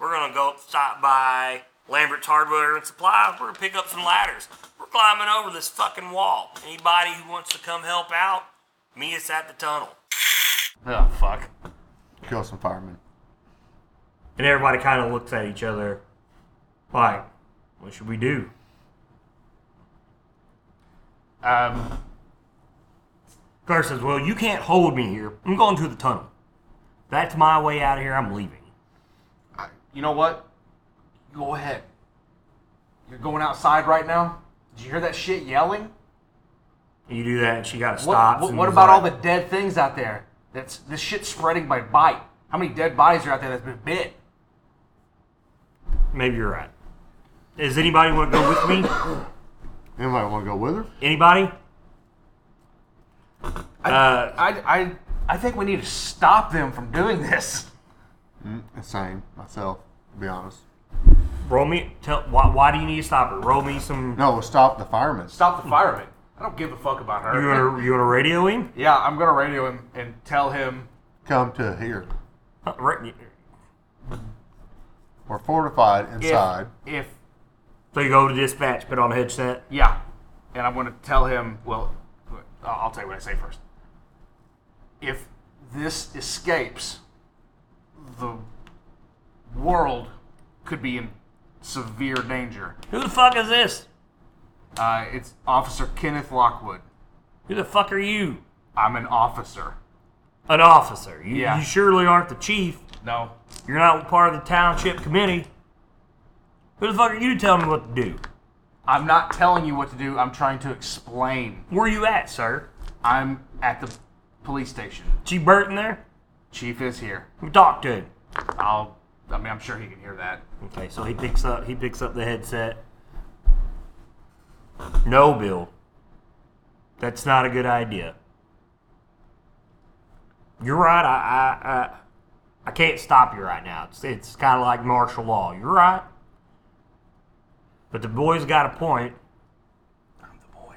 Speaker 1: We're gonna go stop by Lambert's Hardware and Supply. We're gonna pick up some ladders. We're climbing over this fucking wall. Anybody who wants to come help out, meet us at the tunnel.
Speaker 2: Oh fuck.
Speaker 3: Kill some firemen.
Speaker 1: And everybody kind of looks at each other like, what should we do?
Speaker 2: Um,
Speaker 1: Carter says, well, you can't hold me here. I'm going to the tunnel. That's my way out of here. I'm leaving.
Speaker 2: I- you know what? Go ahead. You're going outside right now. Did you hear that shit yelling?
Speaker 1: You do that, and she got to
Speaker 2: What,
Speaker 1: stop.
Speaker 2: what, what about all the dead things out there? That's this shit spreading by bite. How many dead bodies are out there that's been bit?
Speaker 1: Maybe you're right. Does anybody want to go with me?
Speaker 3: Anybody want to go with her?
Speaker 1: Anybody?
Speaker 2: I,
Speaker 1: Uh,
Speaker 2: I, I, I think we need to stop them from doing this.
Speaker 3: Insane. Myself, to be honest.
Speaker 1: Roll me. Tell why, why do you need to stop her? Roll me some.
Speaker 3: No, we'll stop the firemen.
Speaker 2: Stop the fireman. I don't give a fuck about her.
Speaker 1: You want to you wanna radio him?
Speaker 2: yeah, I'm gonna radio him and tell him.
Speaker 3: Come to here.
Speaker 1: Uh, right-
Speaker 3: We're fortified
Speaker 2: If,
Speaker 3: inside.
Speaker 2: if
Speaker 1: So you go to dispatch, put on a headset.
Speaker 2: yeah, and I'm gonna tell him. Well, I'll I'll tell you what I say first. If this escapes, the world could be in severe danger.
Speaker 1: Who the fuck is this?
Speaker 2: Uh, it's Officer Kenneth Lockwood.
Speaker 1: Who the fuck are you?
Speaker 2: I'm an officer.
Speaker 1: An officer. You,
Speaker 2: Yeah.
Speaker 1: you surely aren't the chief.
Speaker 2: No,
Speaker 1: You're not part of the township committee. Who the fuck are you to tell me what to do?
Speaker 2: I'm not telling you what to do. I'm trying to explain.
Speaker 1: Where you at, sir?
Speaker 2: I'm at the police station.
Speaker 1: G. Burton there?
Speaker 2: Chief is here.
Speaker 1: We talk to him.
Speaker 2: I'll. I mean, I'm sure he can hear that.
Speaker 1: Okay, so he picks up he picks up the headset. No, Bill. That's not a good idea. You're right. I I I, I can't stop you right now. It's it's kind of like martial law. You're right. But the boy's got a point.
Speaker 2: I'm the boy.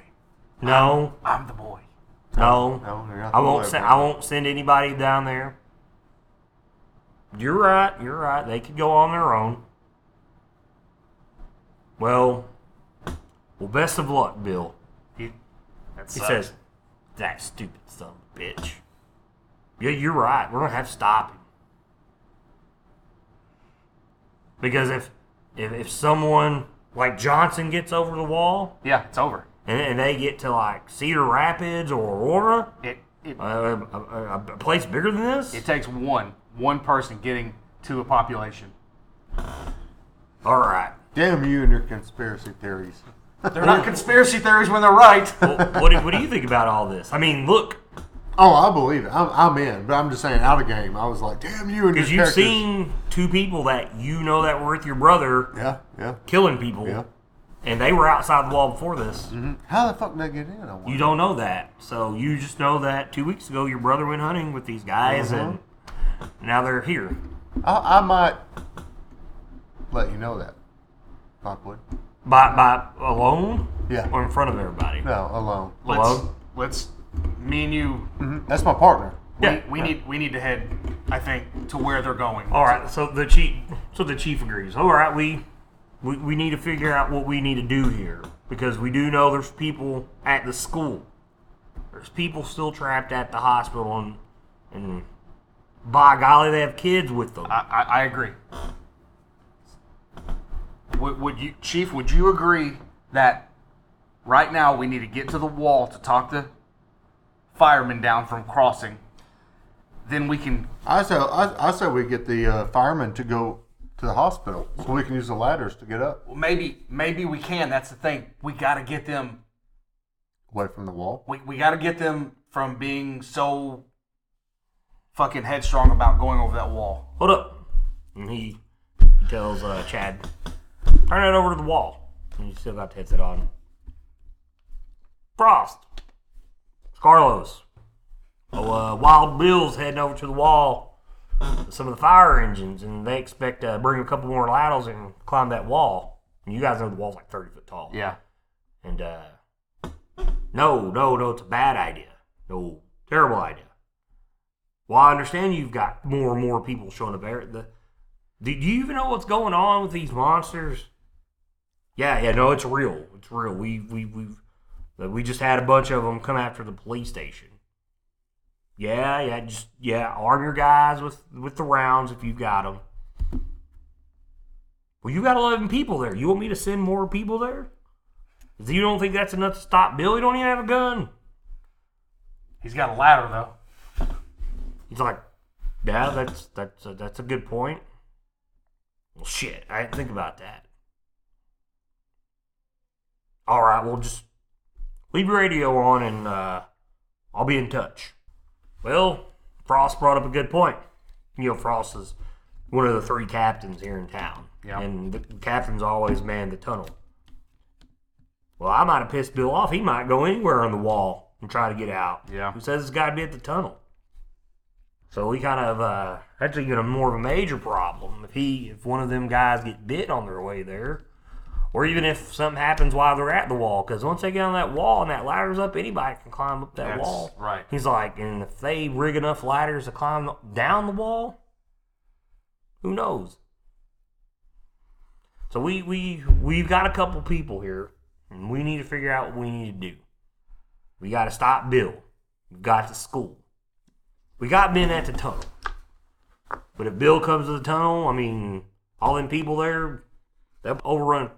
Speaker 1: No,
Speaker 2: I'm the boy.
Speaker 1: no.
Speaker 3: No, you're not
Speaker 1: I
Speaker 3: the
Speaker 1: won't
Speaker 3: boy,
Speaker 1: send.
Speaker 3: bro.
Speaker 1: I won't send anybody down there. You're right. You're right. They could go on their own. Well, well. Best of luck, Bill.
Speaker 2: He. That
Speaker 1: He
Speaker 2: sucks.
Speaker 1: says, "That stupid son of a bitch." Yeah, you're right. We're gonna have to stop him because if if, if someone like Johnson gets over the wall
Speaker 2: "Yeah, it's over.
Speaker 1: and, and they get to like Cedar Rapids or Aurora,
Speaker 2: It. It.
Speaker 1: uh, a, a, a place bigger than this?
Speaker 2: It takes one. One person getting to a population.
Speaker 1: All right.
Speaker 3: Damn you and your conspiracy theories.
Speaker 2: They're not conspiracy theories when they're right.
Speaker 1: Well, what, do, what do you think about all this? I mean, look,
Speaker 3: Oh, I believe it. I'm, I'm in, but I'm just saying, out of game. I was like, damn you and your
Speaker 1: because you've
Speaker 3: characters.
Speaker 1: seen two people that you know that were with your brother
Speaker 3: Yeah, yeah,
Speaker 1: killing people,
Speaker 3: yeah. Mm-hmm.
Speaker 1: and they were outside the wall before this.
Speaker 3: How the fuck did they get in? I
Speaker 1: You
Speaker 3: wonder?
Speaker 1: don't know that, so you just know that two weeks ago your brother went hunting with these guys,
Speaker 3: Mm-hmm.
Speaker 1: and now they're here.
Speaker 3: I, I might let you know that. Lockwood.
Speaker 1: By by alone,
Speaker 3: Yeah.
Speaker 1: or in front of everybody.
Speaker 3: No, alone.
Speaker 2: Let's.
Speaker 1: Hello?
Speaker 2: Let's. Me and you.
Speaker 3: Mhm. That's my partner.
Speaker 1: Yeah. Oh.
Speaker 2: We, we need. We need to head. I think to where they're going.
Speaker 1: All right, so the chief, so the chief agrees. All right, we, we we need to figure out what we need to do here because we do know there's people at the school. There's people still trapped at the hospital, and, and by golly, they have kids with them.
Speaker 2: I, I, I agree. Would, would you, Chief? Would you agree that Right now, we need to get to the wall to talk the firemen down from crossing. Then we can.
Speaker 3: I said, I, I said we get the uh, firemen to go to the hospital so we can use the ladders to get up
Speaker 2: Well, maybe, maybe we can. That's the thing. We got to get them.
Speaker 3: away from the wall.
Speaker 2: We, we got to get them from being so fucking headstrong about going over that wall.
Speaker 1: Hold up. And he, he tells uh, Chad, turn it over to the wall. And you still got the headset on. Frost. Carlos. Oh, uh, Wild Bill's heading over to the wall with some of the fire engines, and they expect to bring a couple more ladders and climb that wall. And you guys know the wall's like 30 foot tall.
Speaker 2: Yeah.
Speaker 1: And uh, no, no, no, it's a bad idea. No, terrible idea. Well, I understand you've got more and more people showing up there. The, do you even know what's going on with these monsters? Yeah, yeah, no, it's real. It's real. We we we we just had a bunch of them come after the police station. Yeah, yeah, just yeah, arm your guys with with the rounds if you've got them. Well, you got 11 people there. You want me to send more people there? If you don't think that's enough to stop Bill, you don't even have a gun.
Speaker 2: He's got a ladder though.
Speaker 1: He's like, yeah, that's that's a, that's a good point. Well, shit, I didn't think about that. All right, well, just leave your radio on, and uh, I'll be in touch. Well, Frost brought up a good point. You know, Frost is one of the three captains here in town,
Speaker 2: Yeah.
Speaker 1: and the captains always man the tunnel. Well, I might have pissed Bill off. He might go anywhere on the wall and try to get out.
Speaker 2: Yeah.
Speaker 1: Who says it's got to be at the tunnel? So we kind of uh, that's even more of a major problem if he if one of them guys get bit on their way there, or even if something happens while they're at the wall. Because once they get on that wall and that ladder's up, anybody can climb up that
Speaker 2: That's
Speaker 1: wall.
Speaker 2: right.
Speaker 1: He's like, and if they rig enough ladders to climb down the wall, who knows? So we we we've got a couple people here, and we need to figure out what we need to do. We got to stop Bill. We got to school. We got men at the tunnel. But if Bill comes to the tunnel, I mean, all them people there, they'll overrun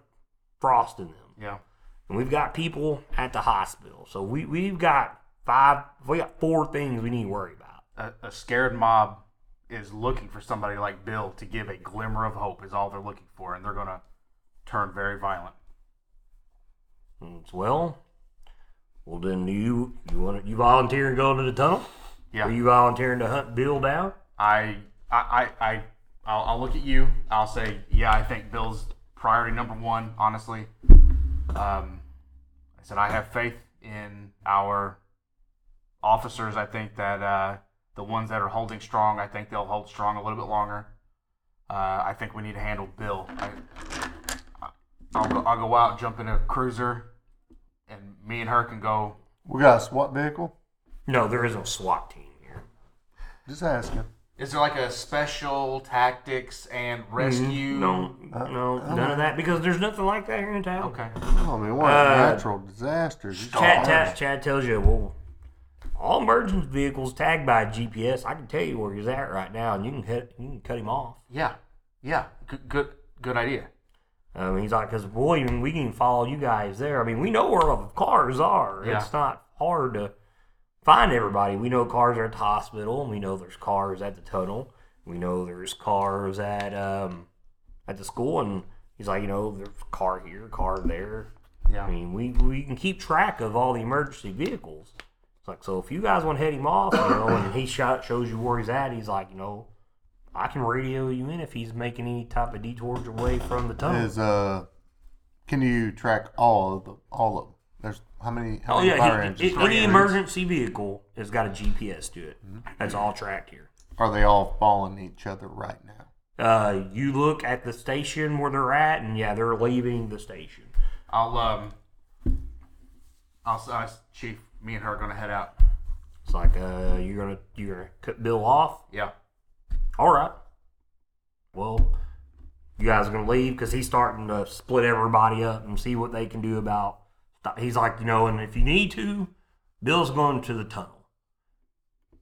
Speaker 1: Frost in them.
Speaker 2: Yeah.
Speaker 1: And we've got people at the hospital. So we, we've got five, we got four things we need to worry about.
Speaker 2: a, a scared mob is looking for somebody like Bill to give a glimmer of hope is all they're looking for, and they're gonna turn very violent.
Speaker 1: And it's, well, well then you, you want to, you volunteering going to the tunnel?
Speaker 2: Yeah,
Speaker 1: Are you volunteering to hunt Bill down?
Speaker 2: I, I, I, I I'll, I'll look at you. I'll say, yeah, I think Bill's priority number one. Honestly, um, I said I have faith in our officers. I think that uh, the ones that are holding strong, I think they'll hold strong a little bit longer. Uh, I think we need to handle Bill. I, I'll, go, I'll go out, jump in a cruiser, and me and her can go.
Speaker 3: We got a SWAT vehicle.
Speaker 1: No, there is no SWAT team here.
Speaker 3: Just asking.
Speaker 2: Is there like a special tactics and rescue?
Speaker 1: Mm-hmm.
Speaker 2: Uh,
Speaker 1: No, no, none of that because there's nothing like that here in town.
Speaker 2: Okay.
Speaker 3: Oh, I mean, what
Speaker 1: Uh,
Speaker 3: natural disasters! You
Speaker 1: Chad,
Speaker 3: just-
Speaker 1: Chad, Chad tells you, well, all emergency vehicles tagged by GPS. I can tell you where he's at right now, and you can hit, you can cut him off.
Speaker 2: Yeah, yeah, good, good, good idea.
Speaker 1: Um, he's like, because boy, even we can follow you guys there. I mean, we know where all the cars are.
Speaker 2: Yeah.
Speaker 1: It's not hard to find everybody. We know cars are at the hospital, and we know there's cars at the tunnel. We know there's cars at um, at the school, and he's like, you know, there's a car here, car there.
Speaker 2: Yeah,
Speaker 1: I mean, we, we can keep track of all the emergency vehicles. It's like, so if you guys want to head him off, you know, and he shot, shows you where he's at, he's like, you know, I can radio you in if he's making any type of detours away from the tunnel.
Speaker 3: Is uh, can you track all of them? All of them. There's how many? How
Speaker 1: oh,
Speaker 3: many fire
Speaker 1: yeah. He,
Speaker 3: engines?
Speaker 1: he-
Speaker 3: Three
Speaker 1: any
Speaker 3: engines.
Speaker 1: emergency vehicle has got a GPS to it. That's all tracked here.
Speaker 3: Are they all following each other right now?
Speaker 1: Uh, you look at the station where they're at, and yeah, they're leaving the station.
Speaker 2: I'll um, I'll s- uh, chief. Me and her are gonna head out.
Speaker 1: It's like, uh, you're gonna you're gonna cut Bill off.
Speaker 2: Yeah,
Speaker 1: All right. Well, you guys are gonna leave because he's starting to split everybody up and see what they can do about. He's like, you know, and if you need to, Bill's going to the tunnel.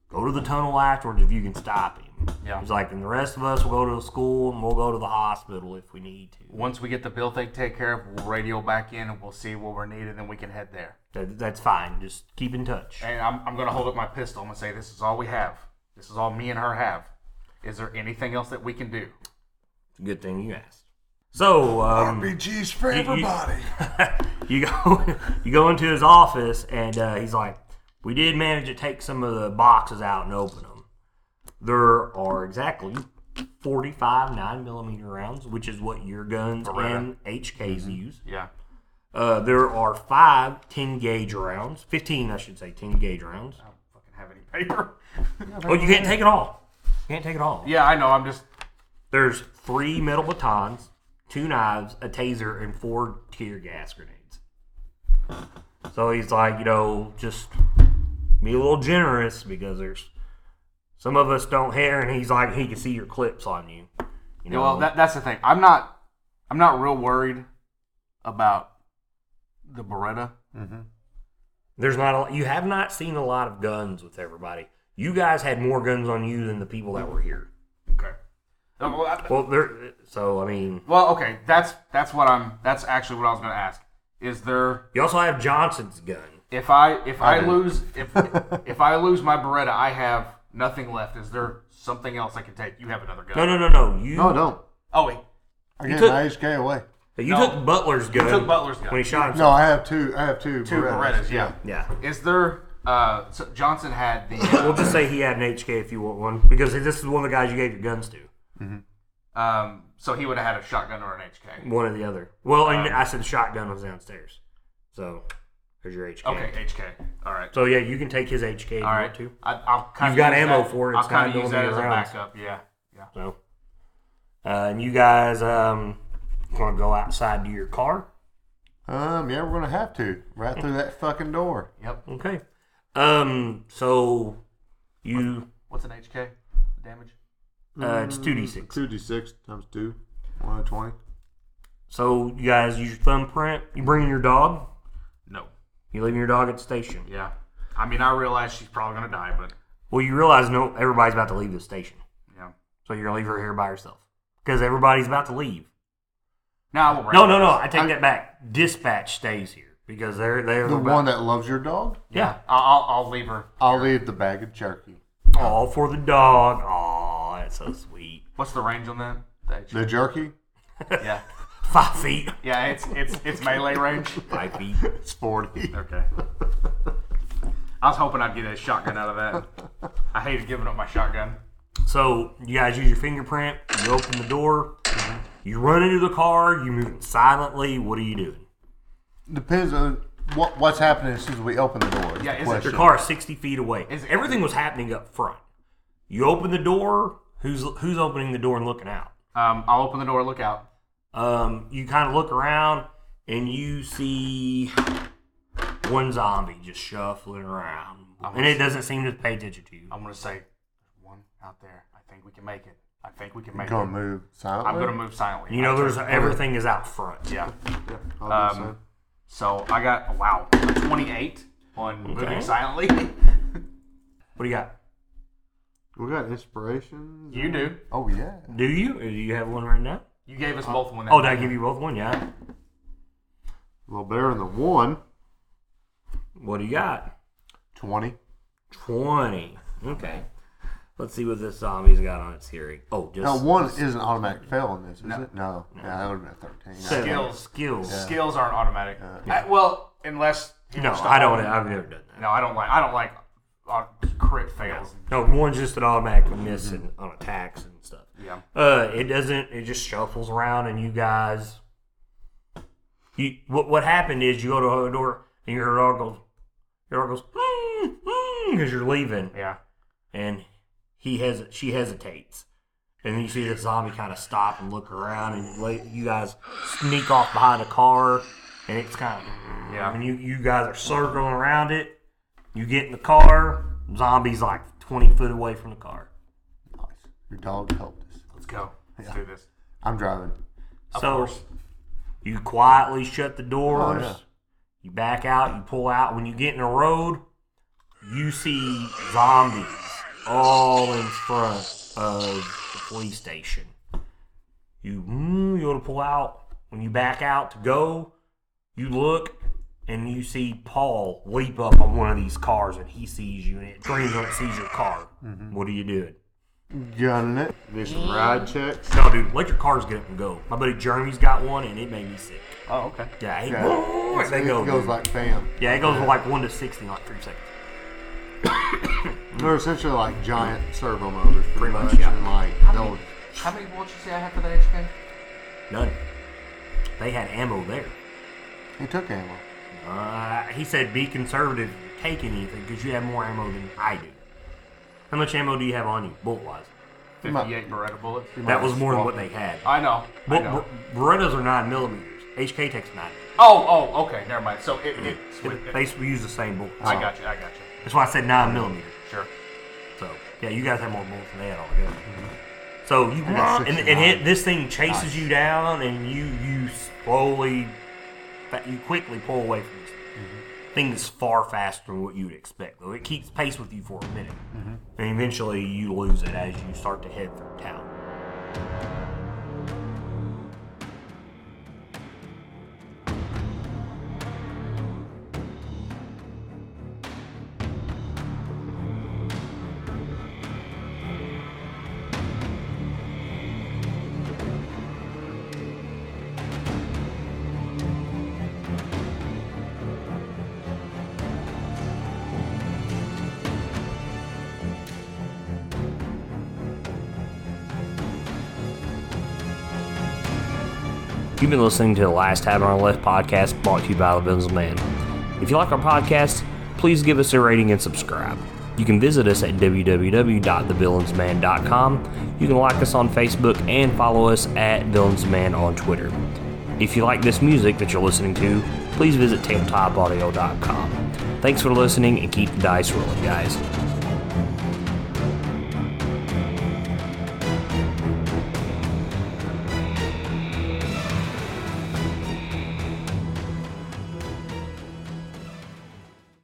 Speaker 1: Go to the tunnel afterwards if you can stop him.
Speaker 2: Yeah.
Speaker 1: He's like, and the rest of us will go to the school and we'll go to the hospital if we need to.
Speaker 2: Once we get the bill they take care of, we'll radio back in and we'll see what we're needed and we can head there.
Speaker 1: That, that's fine. Just keep in touch.
Speaker 2: And I'm, I'm going to hold up my pistol. I'm going to say, this is all we have. This is all me and her have. Is there anything else that we can do?
Speaker 1: It's a good thing you asked. So, um,
Speaker 3: RPGs for
Speaker 1: you-
Speaker 3: everybody.
Speaker 1: you go you go into his office and uh, he's like, "We did manage to take some of the boxes out and open them. There are exactly 45 nine millimeter rounds, which is what your guns
Speaker 2: Beretta.
Speaker 1: and HKs use.
Speaker 2: Yeah.
Speaker 1: Uh, there are five 10 gauge rounds, 15 I should say, 10 gauge rounds.
Speaker 2: I don't fucking have any paper.
Speaker 1: Oh, you can't take it all. You can't take it all.
Speaker 2: yeah, I know. I'm just.
Speaker 1: There's three metal batons, two knives, a taser, and four tear gas grenades. So he's like, you know, just be a little generous because there's some of us don't hear, and he's like, he can see your clips on you. You know,
Speaker 2: Well, that, that's the thing. I'm not. I'm not real worried about the Beretta.
Speaker 3: Mm-hmm.
Speaker 1: there's not a, you have not seen a lot of guns with everybody. You guys had more guns on you than the people that were here.
Speaker 2: Okay. well, I-
Speaker 1: Well, there. So I mean,
Speaker 2: well, okay. That's that's what I'm. That's actually what I was going to ask. Is there
Speaker 1: you also have Johnson's gun.
Speaker 2: if I if I,
Speaker 3: I do.
Speaker 2: lose if if I lose my Beretta, I have nothing left. Is there something else I can take? You have another gun.
Speaker 1: No, no, no, no. You
Speaker 3: No, don't.
Speaker 2: Oh wait.
Speaker 3: I gave
Speaker 1: took-
Speaker 3: my HK away.
Speaker 1: you
Speaker 2: No.
Speaker 1: took Butler's gun.
Speaker 2: took Butler's gun.
Speaker 1: when he shot himself.
Speaker 3: No, I have two. I have two.
Speaker 2: Two Berettas. Yeah.
Speaker 1: Yeah.
Speaker 2: Is there? Uh, so Johnson had the
Speaker 1: We'll just say he had an HK if you want one, because this is one of the guys you gave your guns to.
Speaker 2: um. So he would have had a shotgun or an HK.
Speaker 1: One or the other. Well, and I said the shotgun was downstairs. So, there's your HK.
Speaker 2: Okay. HK. All right.
Speaker 1: So, yeah, you can take his HK if you
Speaker 2: All
Speaker 1: want
Speaker 2: right.
Speaker 1: to.
Speaker 2: I, I'll kind
Speaker 1: You've got ammo for it.
Speaker 2: I'll
Speaker 1: It's not
Speaker 2: kind of use that as a
Speaker 1: millimeter rounds.
Speaker 2: backup. Yeah. Yeah.
Speaker 1: So, uh, and you guys um, going to go outside to your car?
Speaker 3: Um. Yeah, we're gonna have to right through that fucking door.
Speaker 2: Yep.
Speaker 1: Okay. Um. So, you.
Speaker 2: What's an HK? Damage.
Speaker 1: Uh, it's 2d6.
Speaker 3: Two d six times two. One hundred twenty.
Speaker 1: So, you guys use your thumbprint. You bring your dog.
Speaker 2: No.
Speaker 1: You leave your dog at the station.
Speaker 2: Yeah. I mean, I realize she's probably gonna die, but
Speaker 1: Well, you realize no, everybody's about to leave the station.
Speaker 2: yeah.
Speaker 1: So you're gonna leave her here by herself because everybody's about to leave.
Speaker 2: Now I will.
Speaker 1: No, no, no. I take that back. Dispatch stays here because they're they're
Speaker 3: The
Speaker 1: about-
Speaker 3: one that loves your dog.
Speaker 1: Yeah.
Speaker 2: I'll, I'll, I'll leave her.
Speaker 3: I'll leave the bag of jerky.
Speaker 1: All for the dog. Oh, that's so sweet.
Speaker 2: What's the range on that? The
Speaker 3: The jerky.
Speaker 2: HK? yeah.
Speaker 1: Five feet.
Speaker 2: Yeah. It's it's it's melee range.
Speaker 1: Five feet.
Speaker 3: It's forty.
Speaker 2: Okay. I was hoping I'd get a shotgun out of that. I hated giving up my shotgun.
Speaker 1: So you guys use your fingerprint. You open the door. You run into the car. You move it silently. What are you doing?
Speaker 3: Depends on what what's happening as soon as we open the door.
Speaker 2: Yeah, is it
Speaker 3: is
Speaker 1: Your car is sixty feet away.
Speaker 2: Is it-
Speaker 1: Everything was happening up front. You open the door. Who's who's opening the door and looking out?
Speaker 2: Um, I'll open the door. Look out.
Speaker 1: um, you kind of look around and you see one zombie just shuffling around, and it doesn't seem to pay attention to you.
Speaker 2: I'm gonna say, there's one out there. I think we can make it. I think we can
Speaker 3: I'm
Speaker 2: make
Speaker 3: gonna
Speaker 2: it.
Speaker 3: move silently.
Speaker 2: I'm gonna move silently.
Speaker 1: You know, there's everything is out front.
Speaker 2: yeah.
Speaker 3: Yeah, I'll do
Speaker 2: Um,
Speaker 3: so.
Speaker 2: So I got wow, a 28 on
Speaker 1: Okay.
Speaker 2: moving silently.
Speaker 1: What do you got?
Speaker 3: We got inspirations.
Speaker 2: you do.
Speaker 3: Oh yeah.
Speaker 1: Do you? Or do you have one right now?
Speaker 2: You gave us both one. that
Speaker 1: Oh, did I
Speaker 2: day.
Speaker 1: give you both one? Yeah.
Speaker 3: A little better than the one.
Speaker 1: What do you got?
Speaker 3: Twenty.
Speaker 1: Twenty. Okay. Let's see what this zombie's got on its hearing. Oh, just
Speaker 3: Now one is an automatic fail on this, is it? No. Yeah, that would have been a thirteen.
Speaker 1: seven.
Speaker 2: skills.
Speaker 1: Skills.
Speaker 2: Skills aren't automatic. I- well, unless he
Speaker 1: No,
Speaker 2: wants to
Speaker 1: I don't.
Speaker 2: auto-
Speaker 1: I've never done that.
Speaker 2: No, I don't like. I don't like uh, crit fails.
Speaker 1: No, one's just an automatic miss and on attacks and stuff.
Speaker 2: Yeah.
Speaker 1: Uh, it doesn't. It just shuffles around, and you guys. You what? What happened is you go to a door, and your dog goes. Your dog goes because you're leaving,
Speaker 2: Yeah.
Speaker 1: and he has. She hesitates, and then you see the zombie kind of stop and look around, and you la- you guys sneak off behind a car, and it's kind of.
Speaker 2: Yeah.
Speaker 1: And you you guys are circling around it. You get in the car. Zombie's like twenty foot away from the car.
Speaker 3: Nice. Your dog helped us.
Speaker 2: Let's go. Let's do this.
Speaker 3: I'm driving.
Speaker 1: so
Speaker 2: course.
Speaker 1: you quietly shut the doors.
Speaker 3: Oh, yeah.
Speaker 1: You back out. You pull out. When you get in the road, you see zombies all in front of the police station. You mm, you want to pull out when you back out to go. You look and you see Paul leap up on one of these cars, and he sees you, and it dreams on it sees your car.
Speaker 3: Mm-hmm.
Speaker 1: What are you doing?
Speaker 3: Gunning it. Do some ride checks.
Speaker 1: No, dude, let your cars get up and go. My buddy Jeremy's got one, and it made me sick.
Speaker 2: Oh, okay.
Speaker 1: Yeah, he,
Speaker 3: Yeah.
Speaker 1: they
Speaker 3: it
Speaker 1: go.
Speaker 3: goes
Speaker 1: dude.
Speaker 3: like bam.
Speaker 1: yeah, it goes from like one to sixty in like three seconds.
Speaker 3: They're essentially like giant servo motors, pretty
Speaker 1: Pretty
Speaker 3: much.
Speaker 1: much, yeah.
Speaker 3: And like they'll
Speaker 2: How many bullets you say I have for that HK?
Speaker 1: None. They had ammo there.
Speaker 3: he took ammo.
Speaker 1: Uh, he said, "Be conservative. Take anything because you have more ammo than I do." How much ammo do you have on you, bullet wise?
Speaker 3: might-
Speaker 2: 58 Beretta bullets.
Speaker 1: That was more than what they had.
Speaker 2: I know. I
Speaker 1: But
Speaker 2: know.
Speaker 1: Berettas are nine millimeters. HK takes nine.
Speaker 2: Oh, oh, okay. Never mind. So it, it, it,
Speaker 1: They we use the same bullets.
Speaker 2: I got you. I got you.
Speaker 1: That's why I said nine millimeters.
Speaker 2: Sure.
Speaker 1: So yeah, you guys have more bullets than they had altogether. So you
Speaker 3: Mm-hmm. I got
Speaker 1: and,
Speaker 3: 69.
Speaker 1: and it, this thing chases you down, and you you slowly, but you quickly pull away from this
Speaker 3: Mm-hmm.
Speaker 1: thing. Is far faster than what you'd expect, though. It keeps pace with you for a minute,
Speaker 3: Mm-hmm.
Speaker 1: and eventually you lose it as you start to head through town. You've been listening to the Last Tavern on the Left podcast, brought to you by the Benzel Man. If you like our podcast, please give us a rating and subscribe. You can visit us at www.thebillinsman.com. You can like us on Facebook and follow us at Billensman on Twitter. If you like this music that you're listening to, please visit tabletopaudio.com. Thanks for listening and keep the dice rolling, guys.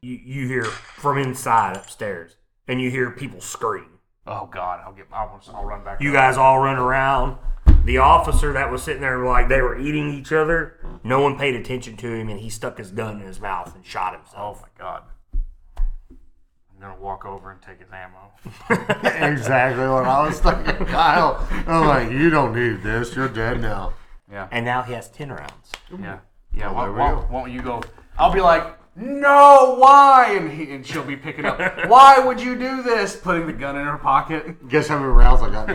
Speaker 1: You, you hear from inside upstairs, and you hear people scream.
Speaker 2: Oh God, I'll get. I'll, I'll run back.
Speaker 1: You guys all run around. The officer that was sitting there, like they were eating each other, no one paid attention to him, and he stuck his gun in his mouth and shot
Speaker 2: Oh
Speaker 1: himself.
Speaker 2: my God. I'm gonna walk over and take his ammo.
Speaker 3: exactly what I was thinking, Kyle. I'm like, you don't need this. You're dead now.
Speaker 2: Yeah.
Speaker 1: And now he has 10 rounds.
Speaker 2: Yeah. Yeah.
Speaker 3: there
Speaker 2: Why,
Speaker 3: we
Speaker 2: why,
Speaker 3: go.
Speaker 2: won't you go? I'll be like, no, why? And, he, and she'll be picking up. why would you do this? Putting the gun in her pocket.
Speaker 3: Guess how many rounds I got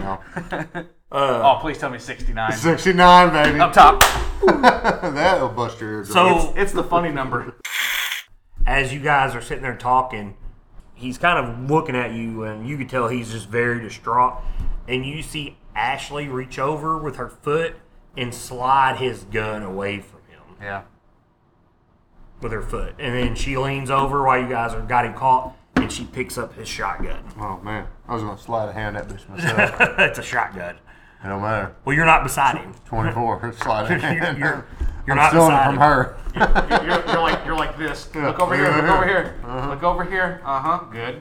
Speaker 3: now?
Speaker 2: oh, please tell me 69.
Speaker 3: 69, baby.
Speaker 2: Up top.
Speaker 3: That'll bust your ears.
Speaker 1: So-
Speaker 2: It's, it's the funny number.
Speaker 1: As you guys are sitting there talking, he's kind of looking at you, and you can tell he's just very distraught. And you see Ashley reach over with her foot and slide his gun away from him.
Speaker 2: Yeah.
Speaker 1: with her foot. And then she leans over while you guys are got him caught, and she picks up his shotgun.
Speaker 3: oh man, I was gonna slide a hand at this myself.
Speaker 1: it's a shotgun.
Speaker 3: it don't matter.
Speaker 1: Well, you're not beside him.
Speaker 3: 24, slide a hand.
Speaker 1: you're- you're
Speaker 3: I'm
Speaker 1: not
Speaker 3: stealing it
Speaker 1: beside
Speaker 3: from
Speaker 1: him.
Speaker 3: her.
Speaker 2: Uh-huh. You're, you're like you're like this. Look over here. Look over here. Look over here. Uh huh. Good.